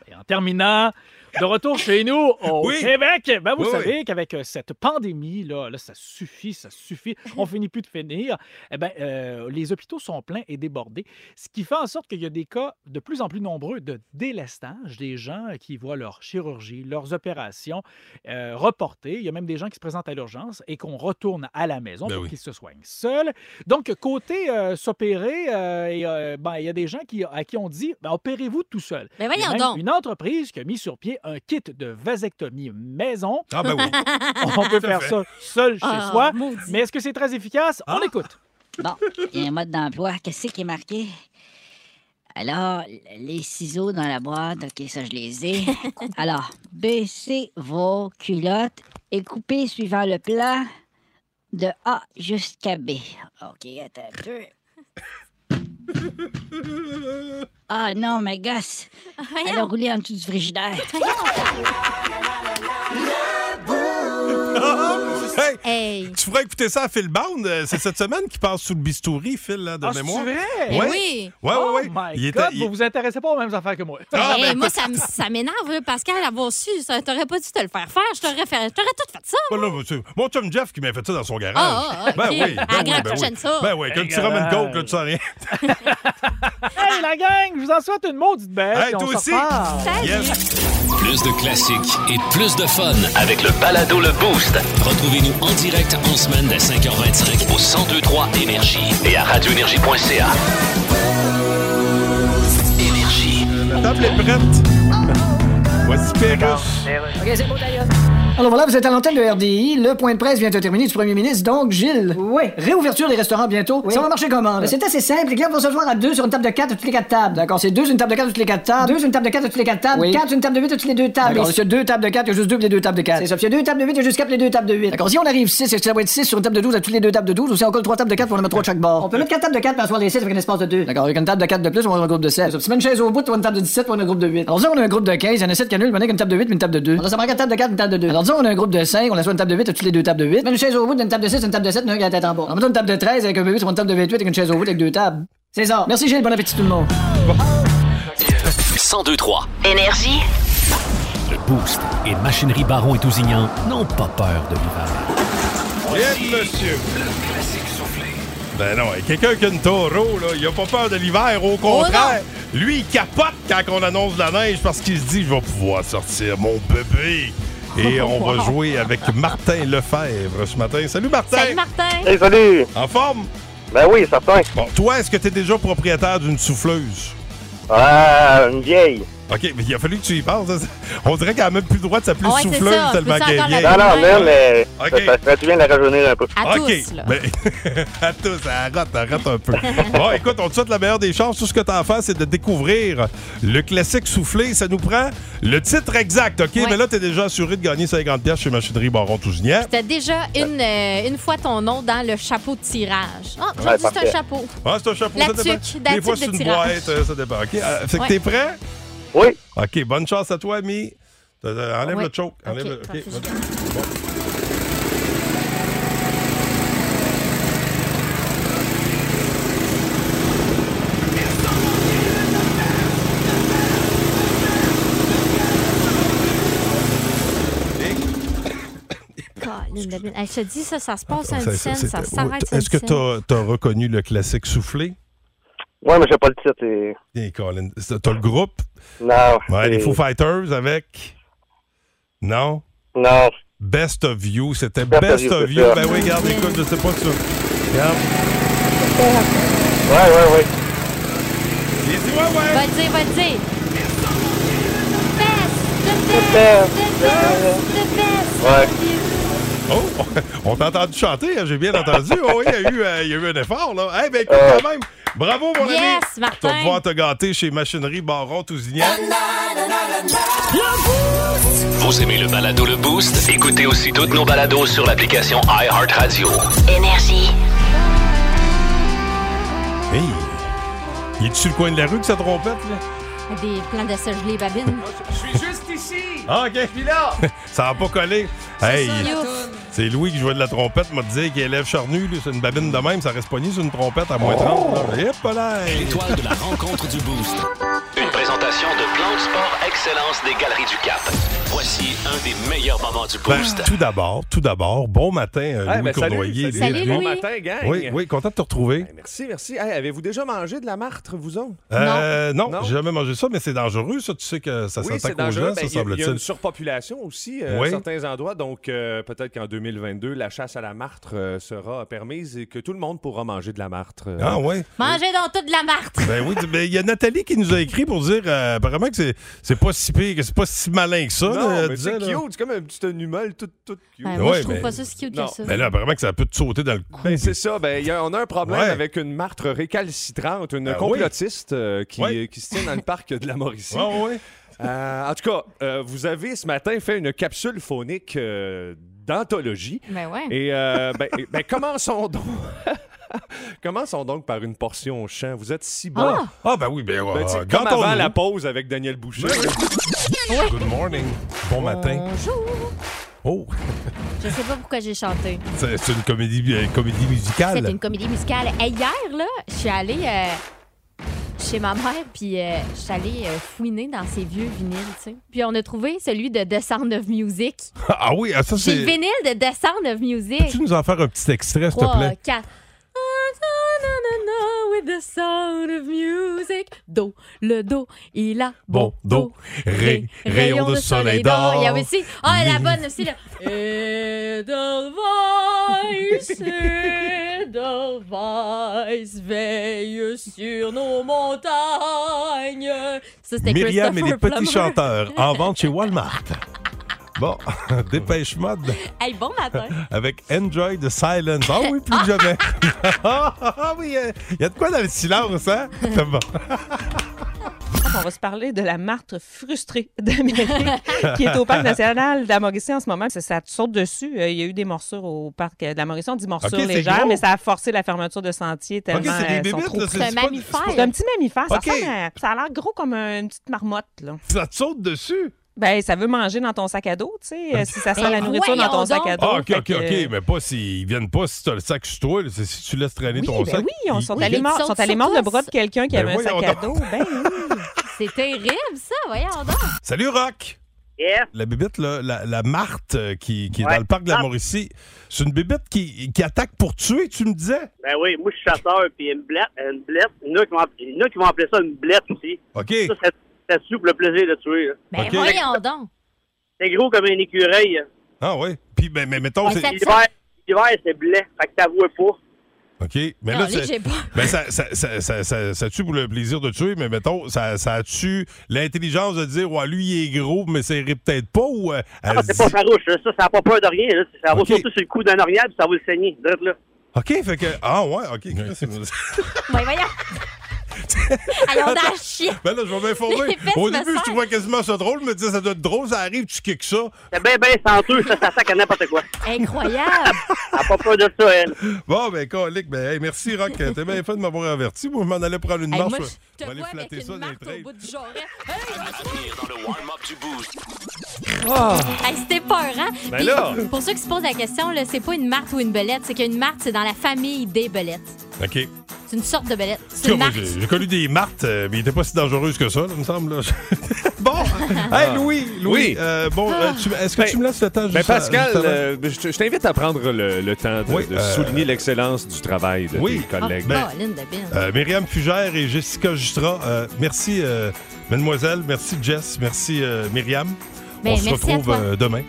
[SPEAKER 9] et en terminant, de retour chez nous au
[SPEAKER 5] Oui.
[SPEAKER 9] Québec, ben vous
[SPEAKER 5] Oui, oui.
[SPEAKER 9] savez qu'avec euh, cette pandémie, là, là, ça suffit, ça suffit, on finit plus de finir. Eh ben, euh, les hôpitaux sont pleins et débordés, ce qui fait en sorte qu'il y a des cas de plus en plus nombreux de délestage, des gens qui voient leur chirurgie, leurs opérations euh, reportées. Il y a même des gens qui se présentent à l'urgence et qu'on retourne à la maison
[SPEAKER 5] Ben
[SPEAKER 9] pour
[SPEAKER 5] oui.
[SPEAKER 9] qu'ils se soignent seuls. Donc, côté euh, s'opérer, euh, et, euh, ben, il y a des gens qui, à qui on dit ben, opérez-vous tout seul.
[SPEAKER 11] Mais
[SPEAKER 9] Il y a
[SPEAKER 11] Ben voyons
[SPEAKER 9] même
[SPEAKER 11] donc.
[SPEAKER 9] Une entreprise qui a mis sur pied un kit de vasectomie maison.
[SPEAKER 5] Ah, ben oui.
[SPEAKER 9] On peut faire
[SPEAKER 5] fait.
[SPEAKER 9] ça seul chez
[SPEAKER 11] Ah,
[SPEAKER 9] soi.
[SPEAKER 11] maudit.
[SPEAKER 9] Mais est-ce que c'est très efficace?
[SPEAKER 5] Ah.
[SPEAKER 9] On écoute.
[SPEAKER 10] Bon, il y a un mode d'emploi. Qu'est-ce qui est marqué? Alors, les ciseaux dans la boîte, ok, ça je les ai. Alors, baissez vos culottes et coupez suivant le plan de A jusqu'à B. Ok, attends un peu. Ah non, ma gosse, elle a roulé en dessous du frigidaire.
[SPEAKER 5] Hey,
[SPEAKER 11] Hey.
[SPEAKER 5] tu pourrais écouter ça à Phil Bound. euh, C'est cette semaine qu'il passe sous le bistouri, Phil, là, de
[SPEAKER 9] Ah, c'est
[SPEAKER 5] mémoire.
[SPEAKER 9] vrai?
[SPEAKER 11] Ben
[SPEAKER 5] Ouais.
[SPEAKER 11] oui.
[SPEAKER 5] Ouais, ouais,
[SPEAKER 9] oh
[SPEAKER 5] ouais.
[SPEAKER 9] my
[SPEAKER 5] Ah Il
[SPEAKER 9] God,
[SPEAKER 5] était- il-
[SPEAKER 9] vous vous intéressez pas aux mêmes affaires que moi.
[SPEAKER 5] Ah,
[SPEAKER 11] Hey,
[SPEAKER 5] ben-
[SPEAKER 11] moi, ça, me- ça m'énerve, là, Pascal, avoir su. ça, T'aurais pas dû te le faire faire. Je t'aurais fait- je t'aurais tout fait ça.
[SPEAKER 5] Ouais, là, monsieur. mon chum Jeff qui m'a fait ça dans son garage.
[SPEAKER 11] Ah, ah, ah,
[SPEAKER 5] ben
[SPEAKER 11] ok.
[SPEAKER 5] oui. Ben
[SPEAKER 11] À la
[SPEAKER 5] oui,
[SPEAKER 11] grande
[SPEAKER 5] ben oui.
[SPEAKER 11] Kitchen, ça.
[SPEAKER 5] Ben oui, quand tu ramènes une coke, là, tu sens rien.
[SPEAKER 9] hey, la gang, je vous en souhaite une maudite belle.
[SPEAKER 5] Hey,
[SPEAKER 9] puis on
[SPEAKER 5] toi
[SPEAKER 9] se
[SPEAKER 5] aussi.
[SPEAKER 9] reparle.
[SPEAKER 5] Yes.
[SPEAKER 4] Plus de classiques et plus de fun.
[SPEAKER 3] Avec le balado Le Boost.
[SPEAKER 4] Retrouvez-nous en direct en semaine dès 5h25 au 1023 Énergie et à radioénergie.ca. Énergie.
[SPEAKER 5] La table est prête.
[SPEAKER 9] Oh,
[SPEAKER 5] Voici Pérus.
[SPEAKER 6] Alors voilà, vous êtes à l'antenne de RDI. Le point de presse vient de terminer du premier ministre. Donc, Gilles. Oui. Réouverture des restaurants bientôt. Ça va marcher comment? là? C'est assez simple. Les clients vont se joindre à deux sur une table de quatre de toutes les quatre tables. D'accord, c'est deux sur une table de quatre de toutes les quatre tables. Deux sur une table de quatre de toutes les quatre tables. Quatre sur une table de huit de toutes les deux tables. D'accord, s'il y a deux tables de quatre, il y a juste deux puis les deux tables de quatre. C'est ça. S'il y a deux tables de huit, il y a juste quatre puis les deux tables de huit. D'accord, si on arrive six, ça va être six sur une table de douze à toutes les deux tables de douze. Ou si on colle trois tables de quatre, on en met trois de chaque bord. On peut mettre quatre tables de quatre pour asseoir les six avec un espace de deux. D'accord, avec une table de quatre de plus, on a un groupe de sept. Si tu mets une chaise au bout, on a une table de 17, on a un groupe de 8. Alors disons, on a un groupe de 15, il y en a 7 qui annulent, mais on a qu'une table de 8 mais une table de 2. Alors ça manque une table de 4, une table de 2. Alors disons, on a un groupe de 5, on a soit une table de 8 et toutes les deux tables de 8. Mais une chaise au bout, une table de 6, une table de 7, on a un qui a la tête en bas. On met une table de 13 avec un 8, on une table de 28 avec une chaise au bout avec deux tables. C'est ça. Merci Gilles, bon appétit tout le monde.
[SPEAKER 4] 1023.
[SPEAKER 7] Énergie.
[SPEAKER 3] Le Boost et Machinerie Baron et Tousignan n'ont pas peur de l'hiver.
[SPEAKER 5] Bien, monsieur. Ben non, hein, quelqu'un qui a une taureau, là, il a pas peur de l'hiver,
[SPEAKER 8] Oh,
[SPEAKER 5] au contraire. Lui, il capote quand on annonce de la neige parce qu'il se dit je vais pouvoir sortir mon bébé. Et on va jouer avec Martin Lefebvre ce matin. Salut Martin!
[SPEAKER 8] Salut, Martin.
[SPEAKER 5] ben,
[SPEAKER 2] Hey, salut!
[SPEAKER 5] En forme?
[SPEAKER 2] Ben oui, certain.
[SPEAKER 5] Bon, toi, est-ce que tu es déjà propriétaire d'une souffleuse?
[SPEAKER 2] Ah, une vieille.
[SPEAKER 5] OK, mais il a fallu que tu y penses. hein. On dirait qu'elle a même plus le droit de s'appeler
[SPEAKER 8] Ah ouais, c'est
[SPEAKER 5] souffleuse
[SPEAKER 8] ça.
[SPEAKER 5] tellement
[SPEAKER 8] Peux-tu
[SPEAKER 5] qu'elle est
[SPEAKER 8] encore la
[SPEAKER 5] vieille.
[SPEAKER 2] Non, non,
[SPEAKER 8] Ouais.
[SPEAKER 2] non, mais
[SPEAKER 5] Ok.
[SPEAKER 2] ça, ça ferait du bien de la rajeunir un peu.
[SPEAKER 8] À
[SPEAKER 5] OK.
[SPEAKER 8] tous, là.
[SPEAKER 5] Ben, à tous, elle rate, elle rate un peu. bon, écoute, on te souhaite la meilleure des chances. Tout ce que tu as à faire, c'est de découvrir le classique soufflé. Ça nous prend le titre exact, OK?
[SPEAKER 8] Ouais.
[SPEAKER 5] Mais là, tu es déjà assuré de gagner 50$ chez Machinerie Baron Tousignan.
[SPEAKER 8] T'as déjà une, euh, une fois ton nom dans le chapeau de tirage. Ah,
[SPEAKER 2] Ouais,
[SPEAKER 8] aujourd'hui, c'est
[SPEAKER 2] parfait.
[SPEAKER 8] un chapeau.
[SPEAKER 5] Ah, c'est un chapeau,
[SPEAKER 8] La
[SPEAKER 5] ça dépend.
[SPEAKER 8] tuque, la
[SPEAKER 5] Des fois,
[SPEAKER 8] tuque
[SPEAKER 5] c'est
[SPEAKER 8] de
[SPEAKER 5] une
[SPEAKER 8] tirage.
[SPEAKER 5] boîte, euh, ça dépend. OK? Euh, fait que
[SPEAKER 8] Ouais.
[SPEAKER 5] t'es prêt?
[SPEAKER 2] Oui.
[SPEAKER 5] OK, bonne chance à toi, Mi. Euh, euh, Enlève
[SPEAKER 8] Ouais.
[SPEAKER 5] le choke. Enlève
[SPEAKER 8] Ok,
[SPEAKER 5] le- OK,
[SPEAKER 8] parfait.
[SPEAKER 5] bonne-
[SPEAKER 8] Colin de Bin. Hey, Je te dis, ça, ça se passe
[SPEAKER 5] Ça,
[SPEAKER 8] un
[SPEAKER 5] Ah, ça,
[SPEAKER 8] scène,
[SPEAKER 5] c'était-
[SPEAKER 8] ça
[SPEAKER 5] ouais.
[SPEAKER 8] s'arrête. sur
[SPEAKER 5] Est-ce que
[SPEAKER 8] une scène.
[SPEAKER 5] tu as, reconnu le classique soufflé?
[SPEAKER 2] Ouais, mais j'ai pas le titre. c'est-
[SPEAKER 5] Bien, Colin. c'est- T'as le groupe.
[SPEAKER 2] Non.
[SPEAKER 5] Ouais, les
[SPEAKER 2] c'est-
[SPEAKER 5] Foo Fighters avec. Non?
[SPEAKER 2] Non.
[SPEAKER 5] Best of You. C'était
[SPEAKER 2] Best of
[SPEAKER 5] Best
[SPEAKER 2] You,
[SPEAKER 5] of
[SPEAKER 2] c'est
[SPEAKER 5] You.
[SPEAKER 2] ça.
[SPEAKER 5] Ben oui, regarde, écoute, je sais pas ça. Regarde.
[SPEAKER 2] Ouais, ouais, ouais.
[SPEAKER 5] Il dit, ouais, ouais.
[SPEAKER 8] Va le dire, va le dire. Best
[SPEAKER 5] Ouais. Oh, on t'a entendu chanter, hein, j'ai bien entendu. Oh, oui, il y, a eu, euh, il y a eu un effort. Là. Eh ben, écoute, quand
[SPEAKER 2] Ah.
[SPEAKER 5] même, bravo, mon ami.
[SPEAKER 8] Yes, Martin.
[SPEAKER 5] Tu vas pouvoir te gâter chez Machinerie Baron Tousignan.
[SPEAKER 4] Vous aimez le balado Le Boost? Écoutez aussi toutes nos balados sur l'application iHeartRadio.
[SPEAKER 7] Énergie.
[SPEAKER 5] Hey, il est-tu sur le coin de la rue que ça trompette, là?
[SPEAKER 8] Des plans de se geler, babine.
[SPEAKER 12] Je suis juste ici.
[SPEAKER 5] Ah, OK.
[SPEAKER 12] Puis là.
[SPEAKER 5] Ça n'a pas collé. Hey,
[SPEAKER 12] ça, la toune.
[SPEAKER 5] c'est Louis qui jouait de la trompette, m'a dit qu'il élève charnu, lui, c'est une babine de même, ça reste pogné sur une trompette à moins
[SPEAKER 12] Oh!
[SPEAKER 5] 30. là. Hip, là, hey.
[SPEAKER 4] L'étoile de la rencontre du Boost. Une présentation de Plan de Sport Excellence des Galeries du Cap. Voici un des meilleurs moments du
[SPEAKER 5] Ben,
[SPEAKER 4] Boost.
[SPEAKER 5] tout d'abord, tout d'abord, bon matin, euh,
[SPEAKER 12] Ah,
[SPEAKER 5] Louis
[SPEAKER 12] ben, salut,
[SPEAKER 5] Cournoyer.
[SPEAKER 12] salut,
[SPEAKER 5] Bienvenue.
[SPEAKER 12] Louis. Bon matin, gang.
[SPEAKER 5] Oui, oui, content de te retrouver.
[SPEAKER 12] Merci, merci. Hey, Avez-vous déjà mangé de la martre, vous autres?
[SPEAKER 5] Euh, non, j'ai jamais mangé ça, mais c'est dangereux, ça. Tu sais que ça
[SPEAKER 12] Oui, c'est
[SPEAKER 5] s'attaque aux
[SPEAKER 12] dangereux. Ben,
[SPEAKER 5] gens, ça,
[SPEAKER 12] il y a- il y, a une
[SPEAKER 5] semble-t-il.
[SPEAKER 12] surpopulation aussi euh,
[SPEAKER 5] Oui.
[SPEAKER 12] à certains endroits. Donc, euh, peut-être qu'en 2022, la chasse à la martre euh, sera permise et que tout le monde pourra manger de la martre. euh.
[SPEAKER 5] Ah, ouais.
[SPEAKER 11] Mangez donc toute de la martre.
[SPEAKER 5] Ben oui, mais il y a Nathalie qui nous a écrit pour dire euh, apparemment que c'est, c'est pas si pire, que c'est pas si malin que ça. là,
[SPEAKER 12] non,
[SPEAKER 5] elle
[SPEAKER 12] mais
[SPEAKER 5] disait,
[SPEAKER 12] c'est
[SPEAKER 5] là.
[SPEAKER 12] cute. C'est comme une petite humole toute, toute cute.
[SPEAKER 5] Ben, moi, je Ouais, trouve mais- pas
[SPEAKER 11] ça si cute que
[SPEAKER 12] Non.
[SPEAKER 11] ça.
[SPEAKER 5] Ben là, apparemment que ça peut te sauter dans le cou.
[SPEAKER 12] Ben, c'est ça. Ben, il y a- on a un problème
[SPEAKER 5] Ouais.
[SPEAKER 12] avec une martre récalcitrante, une
[SPEAKER 5] Ah oui.
[SPEAKER 12] complotiste euh, qui,
[SPEAKER 5] Ouais.
[SPEAKER 12] qui se tient dans le parc de la Mauricie.
[SPEAKER 5] Ouais, ouais.
[SPEAKER 12] Euh, en tout cas, euh, vous avez ce matin fait une capsule phonique euh, d'anthologie.
[SPEAKER 11] Ben ouais.
[SPEAKER 12] Et euh, ben, et- ben, commençons donc. commençons donc par une portion au chant. Vous êtes si bon.
[SPEAKER 5] Ah. Ah, ben oui, ben,
[SPEAKER 12] tu sais,
[SPEAKER 5] euh,
[SPEAKER 12] comme avant
[SPEAKER 5] gâtons-nous.
[SPEAKER 12] la pause avec Daniel Boucher.
[SPEAKER 5] Good morning. Bon matin.
[SPEAKER 8] Bonjour.
[SPEAKER 5] Oh,
[SPEAKER 8] Je sais pas pourquoi j'ai chanté.
[SPEAKER 5] c'est, c'est une comédie, euh, comédie musicale.
[SPEAKER 8] C'était une comédie musicale. Hey, hier, là, je suis allée euh, chez ma mère, puis euh, je suis allée euh, fouiner dans ses vieux vinyles, tu sais. Puis on a trouvé celui de The Sound of Music.
[SPEAKER 5] Ah oui, ah, ça
[SPEAKER 8] J'ai
[SPEAKER 5] c'est.
[SPEAKER 8] le vinyle de The Sound of Music.
[SPEAKER 5] Peux-tu nous en faire un petit extrait, s'il te
[SPEAKER 8] 3,
[SPEAKER 5] plaît?
[SPEAKER 8] 4. With the sound of music. Do, le do, il a
[SPEAKER 5] Bon, do, ré, rayon de soleil d'or.
[SPEAKER 8] Il y a aussi. Ah, la bonne aussi, là. Edelweiss, Edelweiss veille sur nos montagnes. Ça, c'était
[SPEAKER 5] Myriam et les
[SPEAKER 8] Christopher
[SPEAKER 5] petits
[SPEAKER 8] Plummer.
[SPEAKER 5] chanteurs en vente chez Walmart. Bon, dépêche mode
[SPEAKER 8] Hey, bon matin.
[SPEAKER 5] avec Enjoy the Silence. Ah oui, plus que jamais. Ah ah oui, il y a de quoi dans le silence, hein? C'est bon.
[SPEAKER 13] On va se parler de la martre frustrée d'Amérique qui est au Parc national de la Mauricie en ce moment. Ça, ça te saute dessus. Euh, Il y a eu des morsures au Parc euh, de la Mauricie. On dit morsures
[SPEAKER 5] Ok, c'est
[SPEAKER 13] légères,
[SPEAKER 5] gros.
[SPEAKER 13] mais ça a forcé la fermeture de sentiers tellement
[SPEAKER 5] Ok, c'est des
[SPEAKER 13] euh, sont
[SPEAKER 5] bébites,
[SPEAKER 13] trop
[SPEAKER 5] là, c'est- C'est un c'est pas- mammifère.
[SPEAKER 13] C'est un petit mammifère. Ça,
[SPEAKER 5] Ok.
[SPEAKER 13] ressemble à- ça a l'air gros comme un- une petite marmotte. Là.
[SPEAKER 5] Ça te saute dessus?
[SPEAKER 13] Ben, ça veut manger dans ton sac à dos, tu sais, euh, si ça
[SPEAKER 9] Eh
[SPEAKER 13] sent la nourriture dans ton sac à dos.
[SPEAKER 5] Ah, OK,
[SPEAKER 13] Fait
[SPEAKER 5] OK,
[SPEAKER 13] que, euh,
[SPEAKER 5] OK, mais pas s'ils viennent pas si t'as le sac sur toi, là, c'est si tu laisses traîner
[SPEAKER 13] Oui,
[SPEAKER 5] ton
[SPEAKER 13] ben
[SPEAKER 5] sac.
[SPEAKER 13] oui, on
[SPEAKER 5] ils-
[SPEAKER 13] sont allés mordre, sont allés mordre le bras de quelqu'un qui
[SPEAKER 5] Ben
[SPEAKER 13] avait un sac
[SPEAKER 5] voyons
[SPEAKER 13] à
[SPEAKER 5] donc.
[SPEAKER 13] dos. Ben oui.
[SPEAKER 8] C'est terrible, ça. Voyons donc.
[SPEAKER 5] Salut, Rock! La bébite, là, la, la Marthe euh, qui, qui est
[SPEAKER 2] Ouais.
[SPEAKER 5] dans le parc de la
[SPEAKER 2] Ah.
[SPEAKER 5] Mauricie, c'est une bébite qui, qui attaque pour tuer, tu me disais?
[SPEAKER 2] Ben oui, moi, je suis chasseur, puis une blette, une blette. Il y en a qui vont- il y en a qui vont appeler ça une blette aussi.
[SPEAKER 5] OK.
[SPEAKER 2] Ça, ça, ça tue pour le plaisir de tuer. là.
[SPEAKER 8] Ben, voyons donc.
[SPEAKER 2] C'est gros comme un écureuil. là.
[SPEAKER 5] Ah oui. Puis, ben, mais mettons,
[SPEAKER 8] Ouais,
[SPEAKER 5] c'est...
[SPEAKER 8] ça-
[SPEAKER 2] L'hiver, l'hiver, c'est blé. Fait que t'avoues pas.
[SPEAKER 5] OK. Mais
[SPEAKER 8] Non,
[SPEAKER 5] là,
[SPEAKER 8] lui,
[SPEAKER 5] c'est-
[SPEAKER 8] j'ai pas.
[SPEAKER 5] ben, ça, ça, ça, ça, ça- ça tue pour le plaisir de tuer, mais mettons, ça, ça tue l'intelligence de dire, ouais, lui, il est gros, mais c'est peut-être pas, ou euh, elle
[SPEAKER 2] Ah, c'est pas
[SPEAKER 5] dit-
[SPEAKER 2] farouche. là. Ça, ça n'a pas peur de rien. là. Ça va
[SPEAKER 5] Ok.
[SPEAKER 2] surtout sur le coup d'un orignal, puis ça va le saigner. Drette, là.
[SPEAKER 5] OK, fait que... Ah ouais, OK.
[SPEAKER 8] Ben, voyons. Allons dans la chienne.
[SPEAKER 5] ben là, je vais m'informer.
[SPEAKER 8] Les fesses
[SPEAKER 5] Au
[SPEAKER 8] me
[SPEAKER 5] début, je
[SPEAKER 8] serrent.
[SPEAKER 5] trouvais quasiment ça drôle, mais disais, ça doit être drôle, ça arrive, tu kicks ça.
[SPEAKER 2] C'est bien, bien senteux. Ça s'attaque à n'importe quoi.
[SPEAKER 8] Incroyable.
[SPEAKER 2] Elle n'a pas peur de ça, elle.
[SPEAKER 5] Bon, ben, colique, ben, hey, merci, Rock. T'es bien fait de m'avoir averti. Moi, je m'en allais prendre une
[SPEAKER 8] Hey,
[SPEAKER 5] marche.
[SPEAKER 8] moi, je
[SPEAKER 5] je vais
[SPEAKER 8] te
[SPEAKER 5] aller
[SPEAKER 8] vois avec
[SPEAKER 5] flatter
[SPEAKER 8] une
[SPEAKER 5] ça dans les
[SPEAKER 8] marque au
[SPEAKER 5] trails.
[SPEAKER 8] bout du genre.
[SPEAKER 4] Bienvenue dans le warm-up du Boost.
[SPEAKER 8] Hey, c'était peur, hein?
[SPEAKER 12] Ben
[SPEAKER 8] Puis,
[SPEAKER 12] là.
[SPEAKER 8] Pour ceux qui se posent la question, là, c'est pas une marque ou une belette. C'est qu'une marque, c'est dans la famille des belettes.
[SPEAKER 5] OK.
[SPEAKER 8] C'est une sorte de belette.
[SPEAKER 5] En
[SPEAKER 8] C'est
[SPEAKER 5] tout
[SPEAKER 8] une
[SPEAKER 5] cas, moi,
[SPEAKER 8] marque.
[SPEAKER 5] J'ai j'ai connu des martes, euh, mais ils n'étaient pas si dangereuses que ça, là, me semble. là. bon, hey, Louis, Louis,
[SPEAKER 12] Ah. Oui.
[SPEAKER 5] euh, bon, euh, tu- est-ce que
[SPEAKER 12] Ben,
[SPEAKER 5] tu me laisses le temps juste
[SPEAKER 12] Ben
[SPEAKER 5] à-
[SPEAKER 12] Pascal,
[SPEAKER 5] juste avant?
[SPEAKER 12] euh, je te- je t'invite à prendre le, le temps de,
[SPEAKER 5] Oui,
[SPEAKER 12] de
[SPEAKER 5] euh,
[SPEAKER 12] souligner l'excellence du travail de
[SPEAKER 5] oui.
[SPEAKER 12] tes collègues.
[SPEAKER 5] ben,
[SPEAKER 8] Oh, Lynn de Bin.
[SPEAKER 5] Euh, Myriam Fugère et Jessica Justra, euh, merci, euh, mademoiselle, merci, Jess, merci, euh, Myriam.
[SPEAKER 8] Ben,
[SPEAKER 5] On se
[SPEAKER 8] merci à
[SPEAKER 5] retrouve
[SPEAKER 8] toi.
[SPEAKER 5] euh, demain.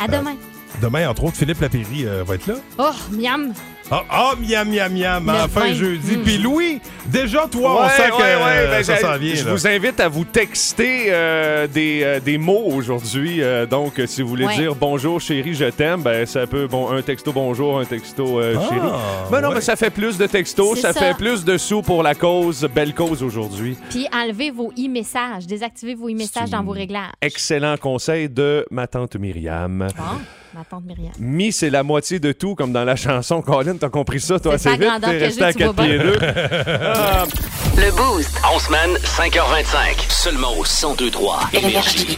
[SPEAKER 8] À demain.
[SPEAKER 5] Demain, entre autres, Philippe Lapéry euh, va être là.
[SPEAKER 8] Oh, miam.
[SPEAKER 5] Ah, ah, miam, miam, miam,
[SPEAKER 1] Le
[SPEAKER 5] à la fin
[SPEAKER 1] vingt.
[SPEAKER 5] jeudi.
[SPEAKER 1] Mm.
[SPEAKER 8] Hmm.
[SPEAKER 5] Puis Louis, déjà, toi, on
[SPEAKER 1] Ouais,
[SPEAKER 5] sent
[SPEAKER 1] ouais,
[SPEAKER 5] que
[SPEAKER 1] ouais,
[SPEAKER 5] euh,
[SPEAKER 1] ben,
[SPEAKER 5] ça
[SPEAKER 1] j'ai-
[SPEAKER 5] s'en vient.
[SPEAKER 1] Je
[SPEAKER 5] là.
[SPEAKER 1] vous invite à vous texter euh, des, euh, des mots aujourd'hui. Euh, donc, euh, si vous voulez
[SPEAKER 5] Ouais.
[SPEAKER 1] dire bonjour chérie, je t'aime, ben ça peut bon un texto bonjour, un texto euh,
[SPEAKER 5] Ah,
[SPEAKER 1] chérie. Ben non, mais ça fait plus de textos,
[SPEAKER 8] C'est
[SPEAKER 1] ça,
[SPEAKER 8] ça.
[SPEAKER 1] fait plus de sous pour la cause, belle cause aujourd'hui.
[SPEAKER 8] Puis enlevez vos e-messages, désactivez vos e-messages dans vos réglages.
[SPEAKER 1] Excellent conseil de ma tante Myriam.
[SPEAKER 8] Bon, ma tante Myriam.
[SPEAKER 1] Mi, c'est la moitié de tout, comme dans la chanson. Colin, t'as compris ça, toi,
[SPEAKER 8] C'est
[SPEAKER 1] assez
[SPEAKER 8] pas
[SPEAKER 1] vite,
[SPEAKER 8] grandeur
[SPEAKER 1] t'es
[SPEAKER 8] que
[SPEAKER 1] resté
[SPEAKER 8] j'ai,
[SPEAKER 1] à
[SPEAKER 8] tu
[SPEAKER 1] 4
[SPEAKER 8] vois
[SPEAKER 1] pieds
[SPEAKER 8] bien.
[SPEAKER 1] 2.
[SPEAKER 4] Le Boost. En semaine, 5h25. Seulement au 102.3 Énergie.